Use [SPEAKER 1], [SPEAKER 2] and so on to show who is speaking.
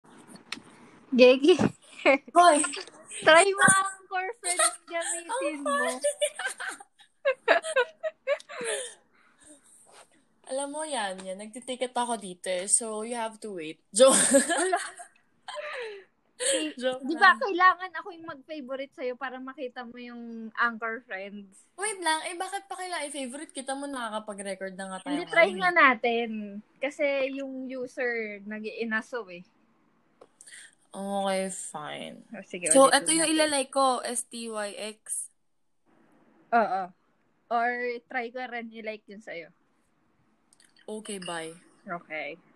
[SPEAKER 1] Gegi,
[SPEAKER 2] Hoy!
[SPEAKER 1] try mo Oh ang core friends gamitin
[SPEAKER 2] Ang
[SPEAKER 1] mo.
[SPEAKER 2] funny. Alam mo yan, yan. Nagtiticket ako dito eh. So, you have to wait. Joke.
[SPEAKER 1] Eh,
[SPEAKER 2] Joke
[SPEAKER 1] Di ba,
[SPEAKER 2] lang.
[SPEAKER 1] kailangan ako yung mag-favorite sa'yo para makita mo yung anchor friends.
[SPEAKER 2] Wait lang. Eh, bakit pa kailangan i-favorite kita mo nakakapag-record na nga tayo?
[SPEAKER 1] Hindi, try nga
[SPEAKER 2] ngayon.
[SPEAKER 1] natin. Kasi yung user nag inaso eh.
[SPEAKER 2] Okay, fine.
[SPEAKER 1] Oh, sige,
[SPEAKER 2] So,
[SPEAKER 1] ulitin
[SPEAKER 2] ito yung
[SPEAKER 1] natin.
[SPEAKER 2] ilalike ko. STYX.
[SPEAKER 1] Oo. Or try ko rin i-like yun sa'yo.
[SPEAKER 2] Okay, bye.
[SPEAKER 1] Okay.